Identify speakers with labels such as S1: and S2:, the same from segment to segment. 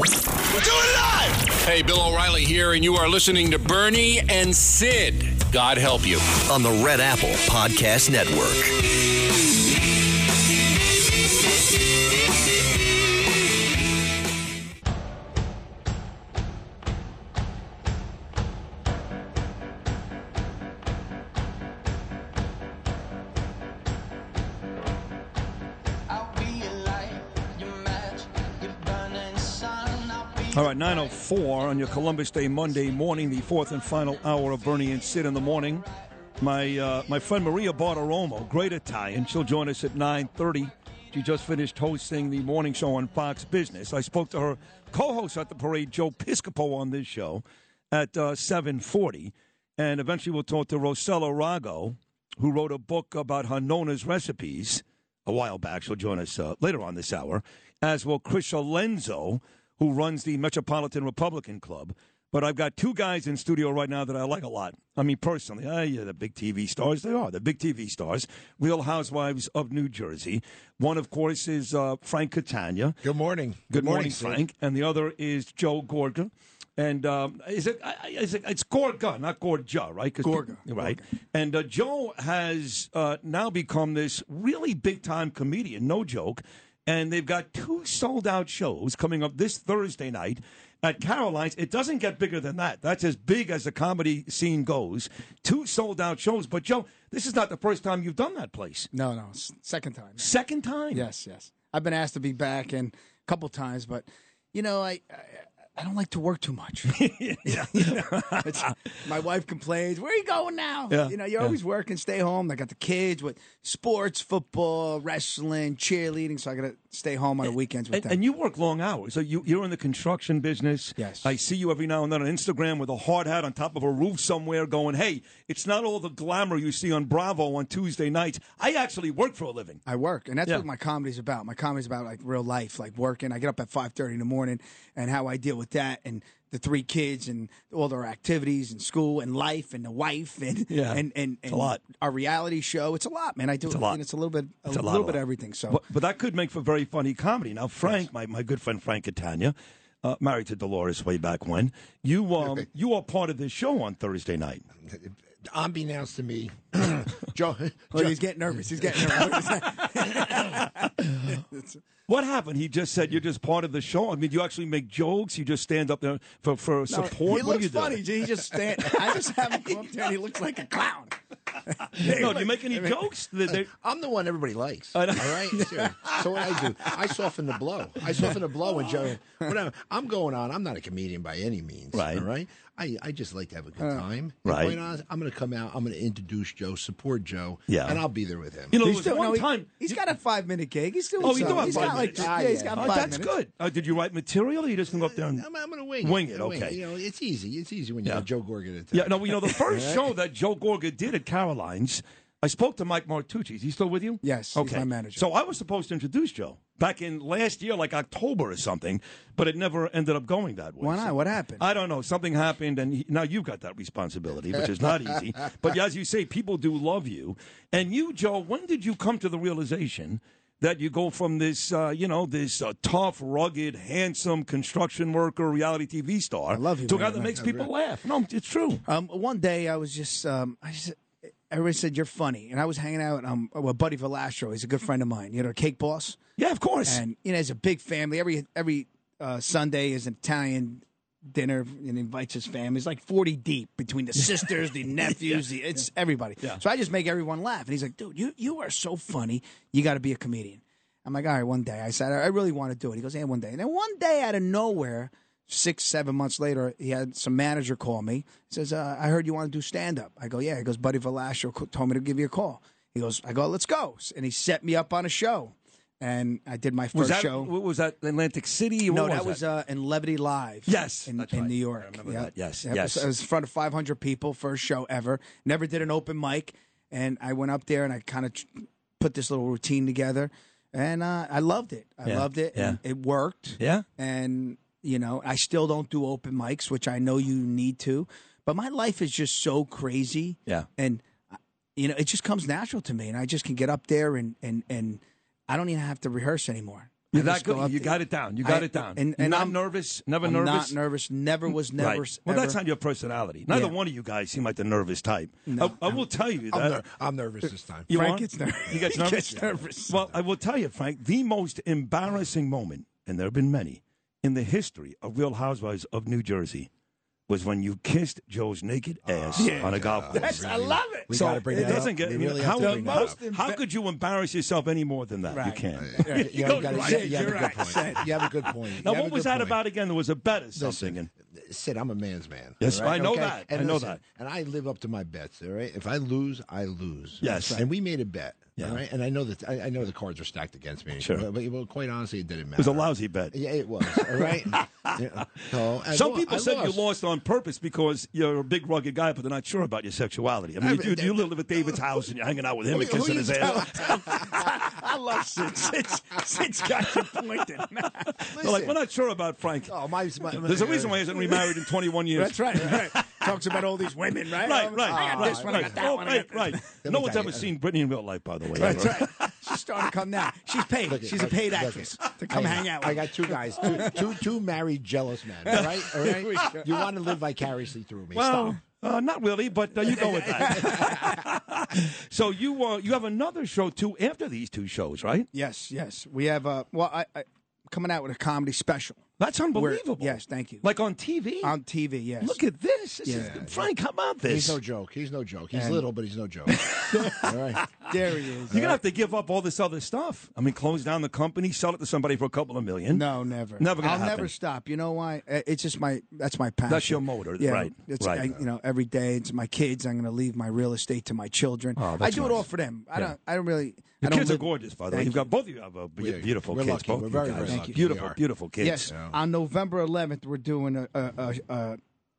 S1: We're doing it live!
S2: Hey, Bill O'Reilly here, and you are listening to Bernie and Sid. God help you.
S3: on the Red Apple Podcast Network.
S4: I'll be your light, your match, your burning sun. I'll be
S5: All right, 9.04 on your Columbus Day Monday morning, the fourth and final hour of Bernie and Sid in the morning. My uh, my friend Maria Bartiromo, great Italian, she'll join us at 9.30. She just finished hosting the morning show on Fox Business. I spoke to her co-host at the parade, Joe Piscopo, on this show at uh, 7.40. And eventually we'll talk to Rosella Rago, who wrote a book about her Nona's recipes a while back. She'll join us uh, later on this hour, as will Chris Lenzo, who runs the Metropolitan Republican Club. But I've got two guys in studio right now that I like a lot. I mean, personally, ah, yeah, the big TV stars. They are the big TV stars, Real Housewives of New Jersey. One, of course, is uh, Frank Catania.
S6: Good morning.
S5: Good, morning,
S6: Sid.
S5: Frank. And the other is Joe Gorga. And um, is it, I- I- is it? It's Gorga, not Gorgia, right? 'Cause
S6: Gorga.
S5: pe- right? And uh, Joe has uh, now become this really big time comedian. No joke. And they've got two sold out shows coming up this Thursday night at Caroline's. It doesn't get bigger than that. That's as big as the comedy scene goes. Two sold out shows. But Joe, this is not the first time you've done that place.
S7: No, no, s- second time.
S5: Second time.
S7: Yes, yes. I've been asked to be back and a couple times, but you know, I I, I don't like to work too much. You know, it's- my wife complains, "Where are you going now?"
S5: Yeah,
S7: You know, you're always working, stay home. I got the kids with sports, football, wrestling, cheerleading, so I got to stay home on the weekends with
S5: And,
S7: them.
S5: and you work long hours. So you, you're in the construction business.
S7: Yes.
S5: I see you every now and then on Instagram with a hard hat on top of a roof somewhere going, hey, it's not all the glamour you see on Bravo on Tuesday nights. I actually work for a living.
S7: I work, and that's
S5: Yeah.
S7: what my comedy's about. My comedy's about like real life, like working. I get up at five thirty in the morning, and how I deal with that, and the three kids, and all their activities, and school, and life, and the wife, and
S5: Yeah.
S7: and and,
S5: It's a
S7: and
S5: lot.
S7: Our reality show, it's a lot, man. I do
S5: It's a lot.
S7: And it's a little bit, a,
S5: It's a lot,
S7: little
S5: a
S7: bit
S5: lot.
S7: of everything. So
S5: But, but that could make for very funny comedy. Now, Frank, my, my good friend Frank Catania, uh, married to Dolores way back when, you, um, you are part of this show on Thursday night.
S6: Ambi announced to me, Joe.
S7: oh, he's getting nervous. He's getting nervous.
S5: What happened? He just said you're just part of the show. I mean, do you actually make jokes? You just stand up there for, for support?
S7: he
S5: What do
S7: looks
S5: you do?
S7: funny. He just stand. I just have him come up there, and he looks like a clown.
S5: No, do you make any jokes? They-
S7: Uh,
S5: they-
S6: I'm the one everybody likes. All right. Seriously. so what I do? I soften the blow. I soften the blow when Joe. Whatever. I'm going on. I'm not a comedian by any means.
S5: Right. Uh,
S6: All right. I, I just like to have a good time. And
S5: Right.
S6: quite honest, I'm going to come out. I'm going to introduce Joe, support Joe.
S5: Yeah.
S6: And I'll be there with him.
S5: You know, there
S7: He's
S5: was
S7: still-
S5: one
S7: no, he-
S5: time.
S7: he's got a five minute gig. He's doing.
S5: Oh, he's
S7: something.
S5: doing five
S7: got
S5: minutes.
S7: like,
S6: Ah,
S7: yeah, he's
S6: yeah.
S7: got
S5: Oh,
S7: five
S5: that's
S7: minutes.
S5: good. Uh, did you write material? Or you just can go up there and.
S6: I'm, I'm going to wing it.
S5: Wing it,
S6: I'm gonna
S5: okay.
S6: You know, it's easy. It's easy when you
S5: Yeah.
S6: got Joe Gorgon at the
S5: yeah, no, you know, the first show that Joe Gorga did at Caroline's, I spoke to Mike Martucci. Is he still with you?
S7: Yes, he's
S5: Okay.
S7: my manager.
S5: So I was supposed to introduce Joe back in last year, like October or something, but it never ended up going that way.
S7: Why not?
S5: So-
S7: What happened?
S5: I don't know. Something happened, and he, now you've got that responsibility, which is not easy. but as you say, people do love you. And you, Joe, when did you come to the realization that you go from this, uh, you know, this uh, tough, rugged, handsome construction worker, reality TV star, I
S7: love you,
S5: to a
S7: man.
S5: guy that makes people laugh? No, it's true.
S7: Um, one day I was just, um, I just, everybody said you're funny, and I was hanging out um, with Buddy Velastro. He's a good friend of mine. You know, Cake Boss,
S5: Yeah, of course.
S7: and you know, it's a big family. Every every uh, Sunday is an Italian dinner, and invites his family. It's like forty deep between the sisters, the nephews, the, it's everybody. So I just make everyone laugh, and he's like, "Dude, you you are so funny. You got to be a comedian." I'm like, "All right, one day." I said, "I really want to do it." He goes, "Yeah, one day." And then one day, out of nowhere six, seven months later, he had some manager call me. He says, uh, I heard you want to do stand up. I go, yeah. He goes, Buddy Velasco co- told me to give you a call. He goes, I go, let's go. And he set me up on a show. And I did my first
S5: was that
S7: show.
S5: what was that Atlantic City?
S7: no,
S5: What
S7: that was uh, in Levity Live.
S5: Yes,
S7: in,
S5: that's
S7: in
S5: right.
S7: New
S5: I
S7: York.
S5: remember
S7: Yeah.
S5: that. Yes,
S7: Yeah, it was-
S5: yes.
S7: I was in front of 500 people, first show ever. Never did an open mic, and I went up there and I kind of put this little routine together, and uh, I loved it. I
S5: Yeah,
S7: loved it. and it worked.
S5: Yeah.
S7: and you know I still don't do open mics, which I know you need to, but my life is just so crazy.
S5: Yeah.
S7: and uh, you know it just comes natural to me, and I just can get up there and and and I don't even have to rehearse anymore.
S5: You're
S7: I
S5: not
S7: uh, just go
S5: good.
S7: up
S5: You
S7: to-
S5: got it down. You got it down. Not nervous? Never
S7: I'm
S5: nervous? Mm,
S7: Not nervous. Never was never.
S5: Right. Well, that's not your personality. Neither one of you guys seem like the nervous type. I, I will tell you that.
S6: I'm, ner- I'm nervous this time.
S5: You
S7: Frank
S5: are?
S7: gets nervous.
S5: He gets
S7: He
S5: nervous.
S7: gets nervous.
S5: Well, I will tell you, Frank, the most embarrassing moment, and there have been many, in the history of Real Housewives of New Jersey, was when you kissed Joe's naked ass
S7: Ah.
S5: on a golf course.
S7: I love it.
S6: We
S5: So
S6: gotta bring
S5: it
S6: that
S5: doesn't get.
S6: up. We
S5: I mean,
S6: really have
S5: how,
S6: to bring that
S5: most
S6: up.
S5: how could you embarrass yourself any more than that? You
S7: Right.
S5: can't.
S6: Yeah, you,
S5: You're
S6: got
S5: right.
S6: it. You have
S5: You're
S6: a
S5: right.
S6: good point. You have a good point. You
S5: Now,
S6: have a
S5: what was
S6: good
S5: that
S6: point.
S5: about again? There was a bet or something. and-
S6: Sid, I'm a man's man.
S5: Yes,
S6: all
S5: I know that. I know that.
S6: And I live up to my bets. All right. If I lose, I lose.
S5: Yes.
S6: And we made a bet.
S5: Yeah.
S6: All right. And I know that I, I know the cards are stacked against me.
S5: Sure.
S6: But, but, well, quite honestly, it didn't matter.
S5: it was a lousy bet.
S6: Uh, Yeah, it was. All right. Yeah. So, I
S5: Some
S6: lo-
S5: people
S6: I
S5: said you lost on purpose because you're a big rugged guy, but they're not sure about your sexuality. I mean,
S6: I
S5: you,
S6: mean,
S5: do, you live at David's house and you're hanging out with him
S6: Who-
S5: and
S6: who
S5: kissing
S6: you
S5: his ass.
S7: I love Sid. Sid's, Sid's got you pointed.
S5: They're like,
S6: Listen.
S5: we're not sure about Frank.
S6: Oh, my, my,
S5: There's a reason why he hasn't remarried in 21 years.
S7: that's right. that's right. Talks about all these women, right?
S5: Right, right,
S7: I got
S5: right,
S7: this one.
S5: right.
S7: I got that
S5: Oh,
S7: one. I
S5: right,
S7: got
S5: right.
S6: me
S5: No one's
S6: tell you.
S5: ever seen Brittany in real life, by the way.
S7: That's right. She's starting to come now. She's paid. She's a paid actress to come
S6: I-
S7: hang out with.
S6: I got two guys, two, two, two married jealous men. All right, all right. You want to live vicariously through
S7: Oh.
S6: me? Stop.
S5: Well, uh, not really, but uh, you go with that. so you uh, you have another show too after these two shows, right?
S7: Yes, yes. We have uh well I, I coming out with a comedy special.
S5: That's
S7: Where-
S5: unbelievable.
S7: yes, thank you.
S5: Like on TV.
S7: on TV, yes.
S5: Look at this. This is-
S7: Yeah.
S5: Frank, how about this?
S6: He's no joke. He's no joke. He's little, but he's no joke. all right.
S7: there he is.
S5: You're gonna have to give up all this other stuff. I mean, close down the company, sell it to somebody for a couple of million.
S7: No, never.
S5: Never gonna
S7: I'll
S5: happen.
S7: never stop. You know why? Uh, It's just my that's my passion.
S5: your motor,
S7: Yeah,
S5: right,
S7: It's
S5: right.
S7: I, you know every day it's my kids. I'm going to leave my real estate to my children.
S5: Oh,
S7: I
S5: that's
S7: do it
S5: nice.
S7: all for them. I
S5: Yeah.
S7: don't. I don't really. I
S5: Your
S7: don't
S5: kids are
S7: live-
S5: gorgeous, by the way.
S7: Thank
S5: You've
S7: you.
S5: got both of you have uh, be-
S6: We-
S5: beautiful
S6: we're
S5: kids.
S6: lucky.
S5: Both
S6: We're
S5: you
S6: very,
S5: guys.
S6: very Thank lucky. you.
S5: Beautiful,
S6: We are.
S5: beautiful kids.
S7: Yes, on November 11th, we're doing a a, a, a,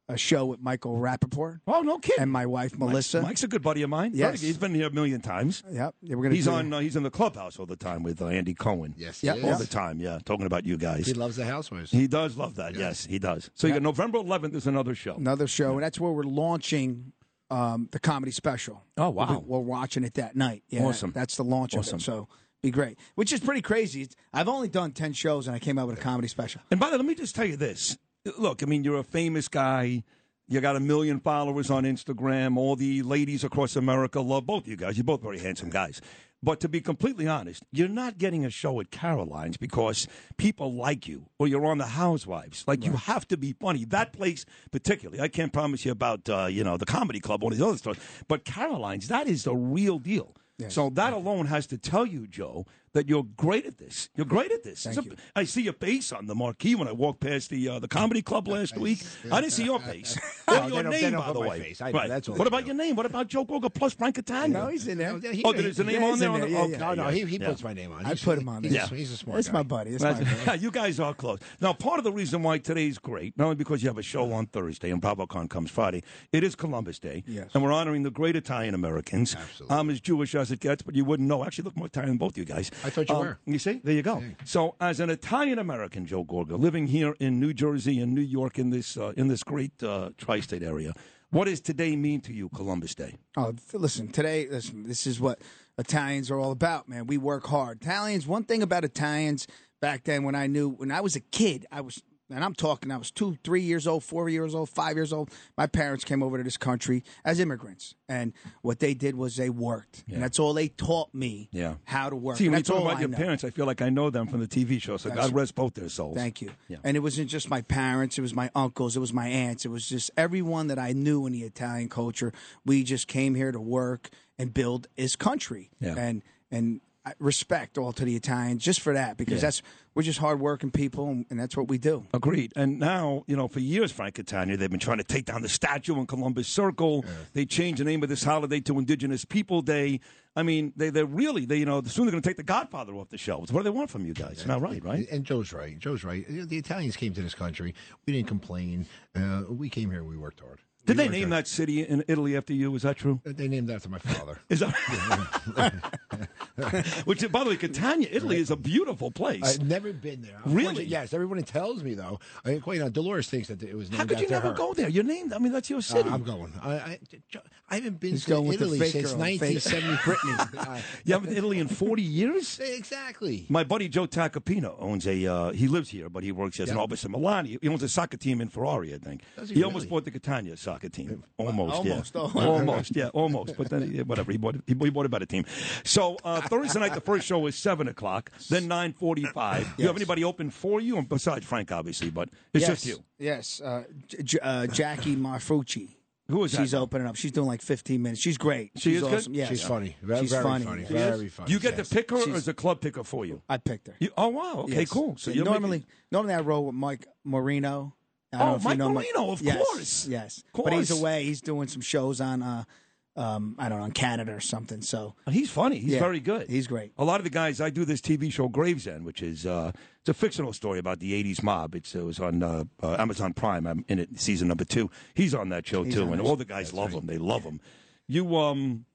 S7: a show with Michael Rappaport
S5: Oh, no kidding.
S7: and my wife Melissa.
S5: Mike's a good buddy of mine.
S7: Yes.
S5: he's been here a million times.
S7: Yep, yeah, we're gonna.
S5: He's
S7: do-
S5: on. Uh, he's in the clubhouse all the time with uh, Andy Cohen.
S6: Yes.
S7: Yeah,
S6: He,
S5: all
S7: yeah.
S6: is.
S5: the time. Yeah, talking about you guys.
S6: he loves the housewives.
S5: He does love that. Yes, he does. So you got November 11th is another show.
S7: another show, and that's where we're launching um, the comedy special.
S5: Oh, wow.
S7: We'll be- We're, watching it that night. Yeah,
S5: Awesome.
S7: That's the launch
S5: Awesome.
S7: of it. So be great, which is pretty crazy. It's, I've only done ten shows, and I came out with a comedy special.
S5: And by the way, let me just tell you this. Look, I mean, you're a famous guy. You got a million followers on Instagram. All the ladies across America love both you guys. You're both very handsome guys. But to be completely honest, you're not getting a show at Caroline's because people like you or you're on The Housewives. Like, you have to be funny. That place, particularly, I can't promise you about, uh, you know, the Comedy Club, all these other stores. But Caroline's, that is the real deal. So that alone has to tell you, Joe, that you're great at this. You're great at this. It's a- I see your face on the marquee when I walked past the uh, the comedy club last week. I didn't see your face.
S6: No,
S5: or
S6: they
S5: your
S6: don't- they
S5: name,
S6: don't
S5: by
S6: put
S5: the
S6: my
S5: way.
S6: face. I know, that's all
S5: what
S6: they
S5: about
S6: do.
S5: your name? What about Joe Goga plus Frank Catania?
S7: No, he's in there.
S6: He-
S5: oh, there's a name
S7: Yeah,
S5: on
S7: he's
S5: there.
S7: in
S5: On the,
S7: there. Yeah,
S5: oh,
S7: yeah.
S6: No, no, he, he
S5: Yeah.
S6: puts my name on.
S7: I
S6: He's-
S7: put him on.
S6: He's,
S7: there.
S6: he's a smart
S7: That's
S6: guy.
S7: my buddy. That's my
S5: That's-
S7: buddy.
S5: yeah, you guys are close. Now, part of the reason why today's great, not only because you have a show on Thursday and BravoCon comes Friday, it is Columbus Day.
S7: Yes.
S5: And we're honoring the great Italian Americans. I'm as Jewish as it gets, but you wouldn't know. Actually, look more Italian than both you guys. Um,
S6: I thought you were.
S5: You see? There you go. So, as an Italian American, Joe Gorga, living here in New Jersey and New York in this, uh, in this great uh, tri state area, what does today mean to you, Columbus Day?
S7: Oh, th- listen, today, listen, this is what Italians are all about, man. We work hard. Italians, one thing about Italians back then when I knew, when I was a kid, I was, and I'm talking, I was two, three years old, four years old, five years old. My parents came over to this country as immigrants. And what they did was they worked. And that's all they taught me
S5: Yeah.
S7: how to work.
S5: See,
S7: And
S5: when you
S7: that's
S5: talk
S7: all
S5: about
S7: I
S5: your
S7: know.
S5: parents, I feel like I know them from the TV show, so God rest both their souls.
S7: Thank you.
S5: Yeah.
S7: And it wasn't just my parents, it was my uncles, it was my aunts, it was just everyone that I knew in the Italian culture. We just came here to work and build his country.
S5: Yeah.
S7: And and I- respect all to the Italians just for that because that's we're just hardworking people and, and that's what we do.
S5: Agreed. And now, you know, for years, Frank Catania, they've been trying to take down the statue in Columbus Circle. They changed the name of this holiday to Indigenous People Day. I mean, they, they're really, they, you know, soon they're going to take the Godfather off the shelves. What do they want from you guys? Not right, right?
S6: And Joe's right. Joe's right. You know, The Italians came to this country. We didn't complain. Uh, we came here. We worked hard.
S5: Did
S6: We
S5: they
S6: weren't
S5: name
S6: there.
S5: that city in Italy after you? Is that true?
S6: They named after my father.
S5: Is that Which, by the way, Catania, Italy is a beautiful place.
S6: I've never been there. I'm
S5: Really?
S6: fortunate- Yes. Everyone tells me though. I mean, you know, Dolores thinks that it was.
S5: How
S6: named
S5: could you
S6: after
S5: never
S6: her.
S5: go there? Your name, I mean, that's your
S6: Uh,
S5: city.
S6: I'm going. I, I, I haven't been
S7: He's
S6: to
S7: going with the
S6: Italy
S7: fake
S6: since
S7: girl, fake-
S6: 1970. Brittany. Uh,
S5: you haven't been to Italy in 40 years?
S6: exactly.
S5: My buddy Joe Tacopino owns a. Uh, he lives here, but he works as an
S6: Yeah.
S5: officer in Milan. He, he owns a soccer team in Ferrari, I think.
S6: Does he
S5: almost
S6: really? uh,
S5: bought the Catania soccer team. Almost,
S7: almost,
S5: yeah,
S7: oh.
S5: almost, yeah, almost. But then, yeah, whatever. He bought. He, he bought a better team. So uh, Thursday night, the first show is seven o'clock. Then nine forty-five. Do You have anybody open for you? And besides Frank, obviously, but it's
S7: yes,
S5: just you.
S7: Yes, uh, J- J- uh, Jackie Marfucci.
S5: Who is that?
S7: She's opening up. She's doing like 15 minutes. She's great.
S5: She
S7: she's
S5: is good?
S7: awesome. Yeah,
S6: She's funny. Very,
S7: she's
S6: very
S7: funny.
S6: funny.
S7: She
S6: Very funny.
S5: Do you get
S6: yes.
S5: to pick her, or
S7: She's-
S5: is the club pick her for you?
S7: I picked her.
S5: you oh wow. Okay,
S7: Yes.
S5: cool. So
S7: Yeah,
S5: you're making-
S7: normally, normally I roll with Mike Marino. I don't
S5: Oh,
S7: know if you
S5: Mike
S7: know
S5: Marino, of
S7: yes,
S5: course.
S7: Yes,
S5: Of
S7: but he's
S5: course.
S7: away. He's doing some shows on, uh, um, I don't know, in Canada or something. So
S5: He's funny. He's
S7: Yeah,
S5: very good.
S7: he's great.
S5: A lot of the guys I do this TV show Gravesend, which is uh, it's a fictional story about the '80s mob. It's, it was on uh, uh, Amazon Prime. I'm in it, season number two. He's on that show too,
S7: on
S5: and
S7: that
S5: all the guys love him. They love him. You um,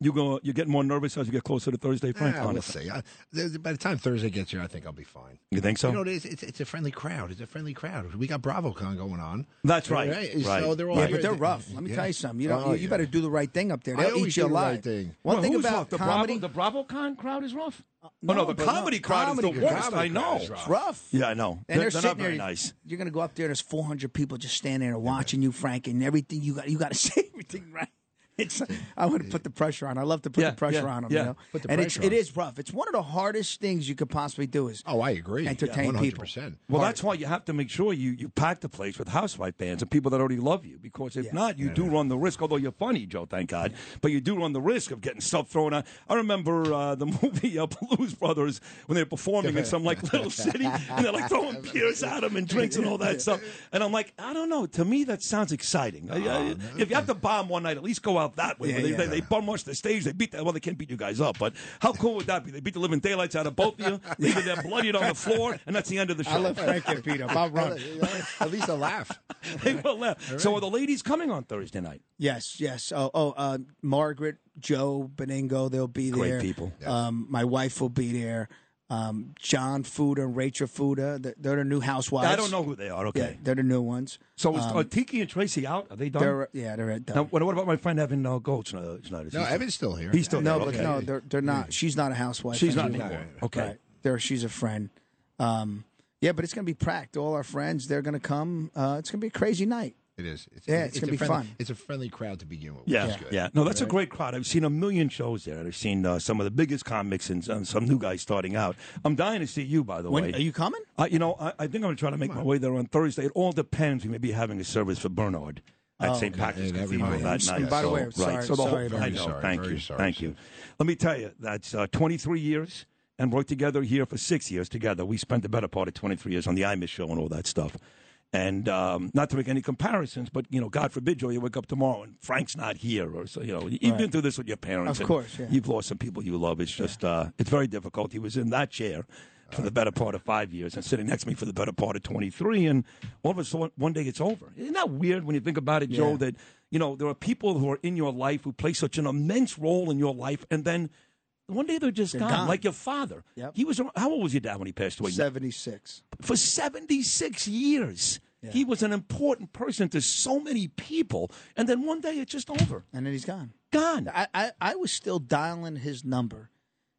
S5: you go. You get more nervous as you get closer to Thursday, Frank.
S6: Ah, we'll
S5: honestly.
S6: see. I, th- by the time Thursday gets here, I think I'll be fine.
S5: You think so?
S6: You know, it is, it's, it's a friendly crowd. It's a friendly crowd. We got BravoCon going on.
S5: That's right.
S6: So
S5: Right.
S6: they're all
S5: Yeah,
S7: but
S6: here.
S7: they're rough. Let me
S6: Oh, Yeah.
S7: tell you something. You don't.
S6: Oh,
S7: you, you
S6: yeah.
S7: better do the right thing up there.
S6: I
S7: They'll eat
S6: always
S7: you
S6: do the
S7: alive.
S6: right thing.
S7: One
S5: Well,
S7: thing
S5: who's
S7: about
S5: rough? the
S7: comedy, Uh,
S5: Bravo, the BravoCon crowd is rough. oh
S7: no,
S5: no, the
S7: but
S5: comedy
S7: no,
S5: crowd
S7: comedy-
S5: is the worst.
S6: comedy
S5: I know.
S6: crowd is rough.
S7: it's rough.
S5: Yeah, I know.
S7: And they're,
S5: they're
S7: sitting
S5: not very
S7: there.
S5: nice.
S7: You're gonna go up there. There's 400 people just standing there watching you, Frank, and everything. You got. You got to say everything right. It's. I want to put the pressure on. I love to put
S5: Yeah,
S7: the pressure
S5: yeah,
S7: on them.
S5: yeah.
S7: You know?
S6: Put the
S7: and it's,
S6: pressure on.
S7: it is rough. It's one of the hardest things you could possibly do. Is
S6: Oh, I agree.
S7: Entertain
S6: yeah,
S7: people.
S6: 100%.
S5: Well, that's why you have to make sure you, you pack the place with housewife bands and people that already love you, because if not, you do run the risk. Although you're funny, Joe, thank God, but you do run the risk of getting stuff thrown out. I remember uh, the movie uh, Blues Brothers when they were performing in some like little city, and they're like throwing beers at them and drinks and all that stuff. And I'm like, I don't know. To me, that sounds exciting. I, I, if you have to bomb one night, at least go out that way.
S7: Oh, Yeah,
S5: where they,
S7: yeah.
S5: they, they bum rush the stage. They beat the, well, they can't beat you guys up, but how cool would that be? They beat the living daylights out of both of you, leaving them bloodied on the floor, and that's the end of the show.
S7: I let Frank get beat up. I'll run.
S6: At least a laugh.
S5: they will laugh. So are the ladies coming on Thursday night?
S7: Yes, yes. Oh, oh uh, Margaret, Joe, Beningo, they'll be there.
S5: Great people.
S7: Um, my wife will be there. Um, John Fuda and Rachel Fuda, th- they're the new housewives.
S5: I don't know who they are.
S7: Yeah,
S5: Okay.
S7: they're the new ones.
S5: So is, are Tiki and Tracy out? Are they done?
S7: They're uh, yeah, they're at
S5: now, what, what about my friend Evan uh, Goldsnyder?
S6: No, Evan's still here.
S5: He's still
S7: no,
S5: there.
S7: but
S5: okay.
S7: no, they're they're not. She's not a housewife.
S5: She's not
S7: anymore.
S5: anymore. Okay.
S7: Right. There, she's a friend. Um, yeah, but it's gonna be packed. All our friends, they're gonna come. Uh, it's gonna be a crazy night.
S6: It is. It's,
S7: Yeah, it's gonna
S6: a
S7: be
S6: friendly-
S7: fun.
S6: It's a friendly crowd to begin with. which
S5: Yeah,
S6: is good.
S5: yeah. No, that's a great crowd. I've seen a million shows there. and I've seen uh, some of the biggest comics and some, some new guys starting out. I'm dying to see you, by the
S7: When
S5: way.
S7: are you coming?
S5: Uh, you know, I, I think I'm going to try to make my way there on Thursday. It all depends. We may be having a service for Bernard at
S7: Oh,
S5: St. Patrick's
S6: Yeah, that'd be
S5: Cathedral
S6: fine.
S5: that night.
S7: And by the
S5: so,
S7: way, I'm
S5: right.
S7: sorry-
S5: so the
S7: sorry
S5: whole,
S7: about
S5: I
S6: that.
S5: know.
S6: Very
S5: thank
S6: sorry,
S5: you.
S6: very sorry,
S5: thank
S6: Sid.
S5: you. Let me tell you, that's uh, 23 years, and we're together here for six years together. We spent the better part of 23 years on the IMIS show and all that stuff. And um, not to make any comparisons, but you know, God forbid, Joe, you wake up tomorrow and Frank's not here, or so you know, you've been through this with your parents.
S7: Of
S5: and
S7: course, yeah.
S5: you've lost some people you love. It's just, uh, it's very difficult. He was in that chair for
S7: Uh.
S5: the better part of five years and sitting next to me for the better part of 23. And all of a sudden, one day it's over. Isn't that weird when you think about it, Joe, that, you know, there are people who are in your life who play such an immense role in your life and then one day they're just gone,
S7: gone.
S5: like your father.
S7: Yep.
S5: He was, how old was your dad when he passed away?
S7: Seventy six.
S5: for 76 years. He was an important person to so many people. And then one day it's just over.
S7: And then he's gone.
S5: Gone. I,
S7: I, I, I was still dialing his number.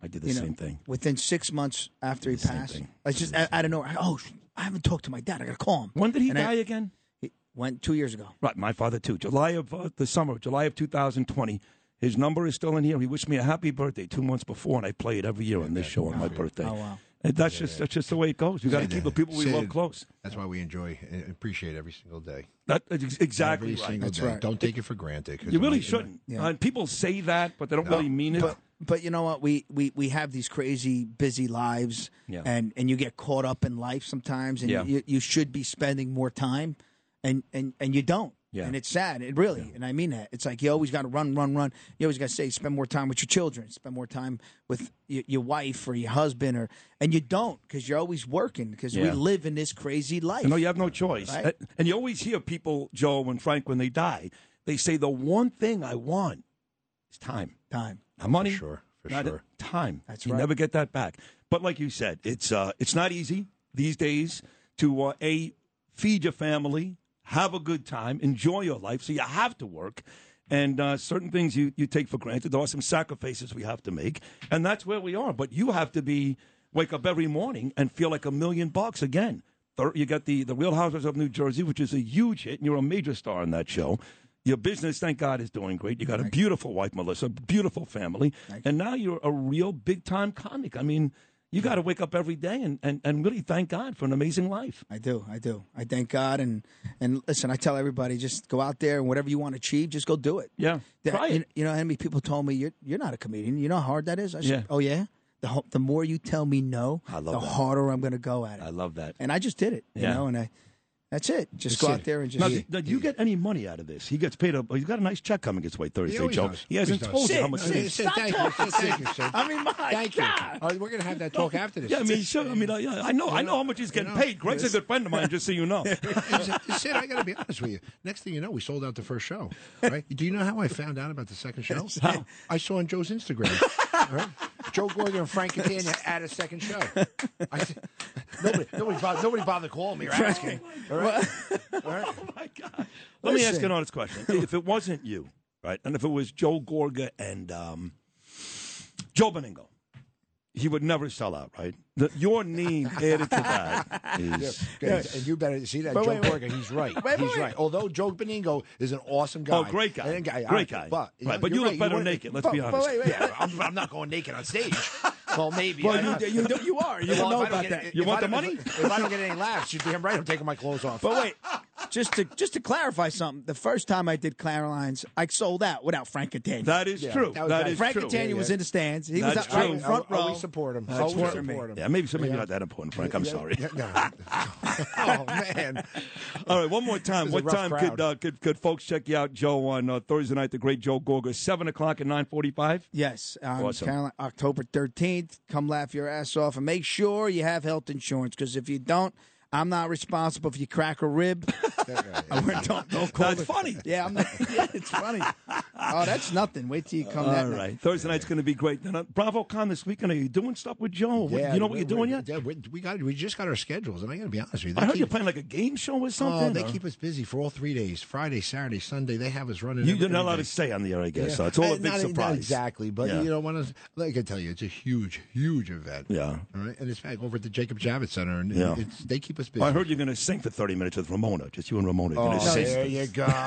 S5: did the
S7: you
S5: same
S7: know,
S5: thing.
S7: Within six months after he
S5: The same
S7: passed,
S5: thing.
S7: I just I, I don't know. I, oh, I haven't talked to my dad. I gotta call him.
S5: When did he
S7: And I-
S5: die again?
S7: he went two years ago.
S5: Right, my father too. July of uh, the summer, July of 2020. His number is still in here. He wished me a happy birthday two months before, and I play it every year on this show on my birthday.
S7: Oh, wow.
S5: And that's just that's just the way it goes. We got to
S6: Sid,
S5: keep the people we
S6: Sid,
S5: love close.
S6: That's why we enjoy and appreciate every single day.
S5: That, that's ex- exactly
S6: Every
S5: right.
S6: single
S7: That's
S6: day.
S7: right.
S6: Don't take it for granted. 'cause
S5: you
S6: it
S5: really
S6: might- it might-
S5: shouldn't.
S7: Yeah.
S5: Uh, people say that, but they don't really mean it.
S7: But but you know what? We we we have these crazy busy lives,
S5: Yeah.
S7: and and you get caught up in life sometimes, and
S5: Yeah.
S7: you you should be spending more time, and and and you don't.
S5: Yeah.
S7: And it's sad. It really, and I mean that. It's like you always got to run, run, run. You always got to say, spend more time with your children, spend more time with your, your wife or your husband, or and you don't because you're always working because we
S5: Yeah.
S7: live in this crazy life.
S5: You know, you have no choice.
S7: Right.
S5: Uh, And you always hear people, Joe and Frank, when they die, they say the one thing I want is time.
S7: time.
S5: Not money.
S6: sure, for
S5: not
S6: sure.
S5: Time.
S7: That's
S5: you
S7: right.
S5: never get that back. But like you said, it's uh, it's not easy these days to uh, a feed your family, have a good time, enjoy your life. So you have to work, and uh, certain things you you take for granted. There are some sacrifices we have to make, and that's where we are. But you have to be wake up every morning and feel like a million bucks again. Thir- You got the the Real Housewives of New Jersey, which is a huge hit, and you're a major star in that show. Your business, thank God, is doing great. You got a beautiful wife, Melissa, beautiful family, and now you're a real big time comic. I mean, you got to wake up every day and, and, and really thank God for an amazing life.
S7: I do. I do. I thank God and and listen. I tell everybody just go out there and whatever you want to achieve, just go do it.
S5: Yeah.
S7: That-
S5: Try
S7: You,
S5: it.
S7: you know how many people told me you're you're not a comedian. You know how hard that is. I said,
S5: Yeah.
S7: Oh yeah. The ho- the more you tell me no,
S5: I love that.
S7: the harder I'm going to go at it.
S5: I love that.
S7: and I just did it. You
S5: Yeah.
S7: know, and I that's it. Just go
S6: That's
S7: out
S6: it.
S7: there and
S5: Now, do,
S7: just.
S5: now, do you get any money out of this? He gets paid a. He's got a nice check coming his way Thursday,
S6: always
S5: Joe.
S6: does.
S5: He hasn't told
S6: Always does.
S5: you how
S6: Sid,
S5: much.
S6: Sid,
S5: it is.
S6: Sid, thank you, Sid, thank you, Sid.
S7: I mean, my
S6: Thank you.
S7: God.
S6: All right, we're gonna have that talk after this.
S5: Yeah, I mean, sure. I mean, I, I know, I know how much he's getting paid. Greg's a good friend of mine. Just so you know.
S6: Sid, I got to be honest with you. Next thing you know, we sold out the first show. Right? Do you know how I found out about the second show? I saw on Joe's Instagram. All right? Joe Gorgon and Frank Catania at a second show. I said, nobody, nobody, bothered, nobody bothered calling me or asking. All right? All right?
S5: Oh my God. Let me ask you an honest question. If it wasn't you, right, and if it was Joe Gorga and um, Joe Beningo, he would never sell out, right? The, your name added to that is.
S6: Good. And you better see that
S7: But
S6: Joe
S7: wait, wait.
S6: Gorga. He's right.
S7: Wait,
S6: he's
S7: wait.
S6: right. Although Joe Beningo is an awesome guy.
S5: Oh, great guy.
S6: And a all
S5: Great guy.
S6: But,
S5: Right,
S6: know,
S5: but you
S6: you're
S5: look
S6: right.
S5: better
S6: wanna-
S5: naked, let's
S6: but-
S5: be
S6: but
S5: honest.
S6: wait, wait, I'm, I'm not going naked on stage. Well, maybe. I
S7: Well,
S6: don't-
S7: you, you, you are. You
S6: Well,
S7: know
S6: if I don't
S7: about
S6: get-
S7: that.
S6: if
S5: You
S6: I
S5: want the
S6: don't-
S5: money?
S6: If, I don't get any laughs, you're damn right. I'm taking my clothes off.
S7: But wait, just to just to clarify something, the first time I did Clariline's, I sold out without Frank Catania.
S5: That is
S6: Yeah,
S5: true.
S6: that was
S5: that
S6: bad.
S5: is
S7: Frank
S5: true.
S7: Catania was in the stands. He was
S5: That's
S7: out right
S5: true.
S7: in front
S6: Al-
S7: row.
S6: Always support him.
S7: That's
S6: Always
S7: right.
S6: support him.
S5: Yeah, maybe so. Maybe not that important, Frank. I'm
S6: Yeah,
S5: sorry.
S6: yeah, no. oh man.
S5: All right, one more time.
S6: This is
S5: What
S6: a rough
S5: time could,
S6: crowd.
S5: uh, could could folks check you out, Joe, on uh, Thursday night? The great Joe Gorga, seven o'clock and nine forty-five.
S7: Yes, um,
S5: Awesome.
S7: Caroline, October thirteenth. Come laugh your ass off, and make sure you have health insurance. Because if you don't, I'm not responsible if you crack a rib. don't, don't call
S5: That's
S7: it-
S5: funny.
S7: Yeah, I'm not, yeah, it's funny. Oh, that's nothing. Wait till you come that
S5: All
S7: night.
S5: right, Thursday night's going to be great. Then uh, BravoCon this weekend. Are you doing stuff with Joe? What-
S6: Yeah,
S5: you know what you're doing
S6: we-
S5: yet?
S6: Yeah, we, we got. We just got our schedules, and I got to be honest with you. they
S5: I heard you're
S6: keep-
S5: playing like a game show or something.
S6: Oh, they
S5: or-
S6: keep us busy for all three days: Friday, Saturday, Sunday. They have us running.
S5: you,
S6: every-
S5: you're not
S6: every
S5: allowed
S6: day.
S5: to stay on the air, I guess.
S6: Yeah.
S5: So it's all
S6: Uh,
S5: a big
S7: e-,
S6: not- not
S5: surprise.
S6: exactly, but
S5: Yeah.
S6: you know, one of like I can tell you, it's a huge, huge event.
S5: Yeah.
S6: all right, and it's back over at the Jacob Javits Center, and
S5: Yeah.
S6: it's, they keep us busy.
S5: I heard you're going to sing for 30 minutes with Ramona. Just you and Ramona. You're
S6: Oh,
S5: gonna sing.
S6: there you go.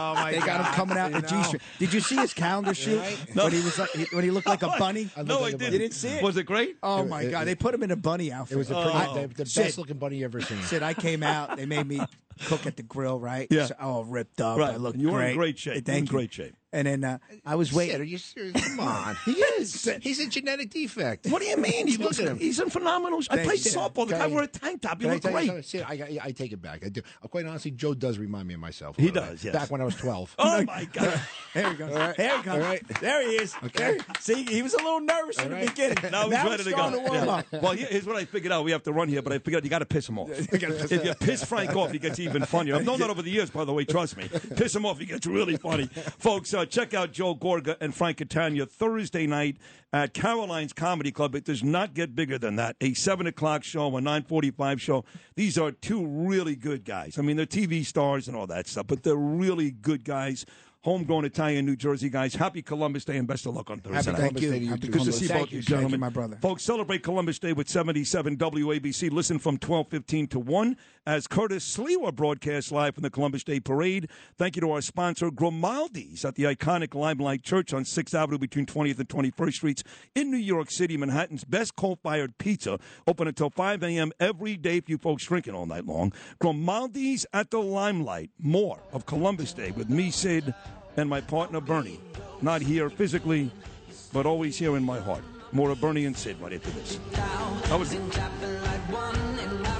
S6: Oh my
S7: They
S6: God.
S7: got him coming out in a
S6: You know.
S7: g-string. Did you see his calendar shoot when he was like he- when he looked like a bunny?
S5: no, I
S6: like
S5: didn't.
S6: a bunny. You
S7: didn't see it?
S5: Was it great?
S7: Oh my god, they put him in a bunny outfit. Oh.
S6: It was the, pretty,
S5: Oh,
S6: the, the
S7: Sid.
S6: best looking bunny you ever seen.
S7: Said I came out, they made me cook at the grill, right?
S5: Yeah.
S7: So, all ripped up.
S5: Right.
S7: I looked
S5: You were in
S7: great.
S5: great shape. You were in
S7: Thank you.
S5: great shape.
S7: And then uh, I was
S6: Sid,
S7: waiting.
S6: are you serious? Come on. he
S5: is.
S6: He's a genetic defect.
S5: What do you mean? He
S6: Look
S5: looks
S6: at him.
S5: He's in phenomenal. I
S7: Thank
S5: played
S7: you.
S5: softball. The
S6: Can
S5: guy
S6: I-
S5: wore a tank top. He
S6: Can I
S5: looked
S6: tell you
S5: great.
S6: something? Sid, I, I, I take it back. I do. Uh, Quite honestly, Joe does remind me of myself. a
S5: He
S6: little bit.
S5: does, yes.
S6: Back when I was 12.
S5: Oh my God!
S7: There he goes. There he
S6: All
S7: comes.
S6: right.
S7: There he is. There he- see, he was a little nervous in the
S6: right.
S7: beginning.
S5: Now he's ready to go.
S7: starting warm
S5: Yeah.
S7: up.
S5: Well, here- here's what I figured out. We have to run here, but I figured out you got to piss him off. if you piss Frank off, he gets even funnier. I've known that over the years, by the way. Trust me. Piss him off, he gets really funny. Folks, uh, check out Joe Gorga and Frank Catania Thursday night at Caroline's Comedy Club. It does not get bigger than that. A seven o'clock show, a nine forty-five show. These are two really good guys. I mean, they're TV stars and all that stuff, but they're really good guys. Homegrown Italian New Jersey guys. Happy Columbus Day and best of luck on Thursday
S6: Happy
S5: night.
S6: Columbus
S7: Thank you.
S6: Day to you
S7: Happy
S6: too.
S5: Good to
S7: Columbus
S5: see
S7: Day.
S5: both
S7: Thank
S5: you,
S7: you.
S5: gentlemen.
S7: Thank you, my brother.
S5: Folks, celebrate Columbus Day with 77 WABC. Listen from 1215 to 1 as Curtis Slewa broadcasts live from the Columbus Day Parade. Thank you to our sponsor, Grimaldi's, at the iconic Limelight Church on 6th Avenue between 20th and 21st Streets in New York City, Manhattan's best coal-fired pizza. Open until 5 a.m. every day if you folks drinking all night long. Grimaldi's at the Limelight. More of Columbus Day with me, Sid, and my partner, Bernie. Not here physically, but always here in my heart. More of Bernie and Sid right after this. That was
S4: and clapping like one and I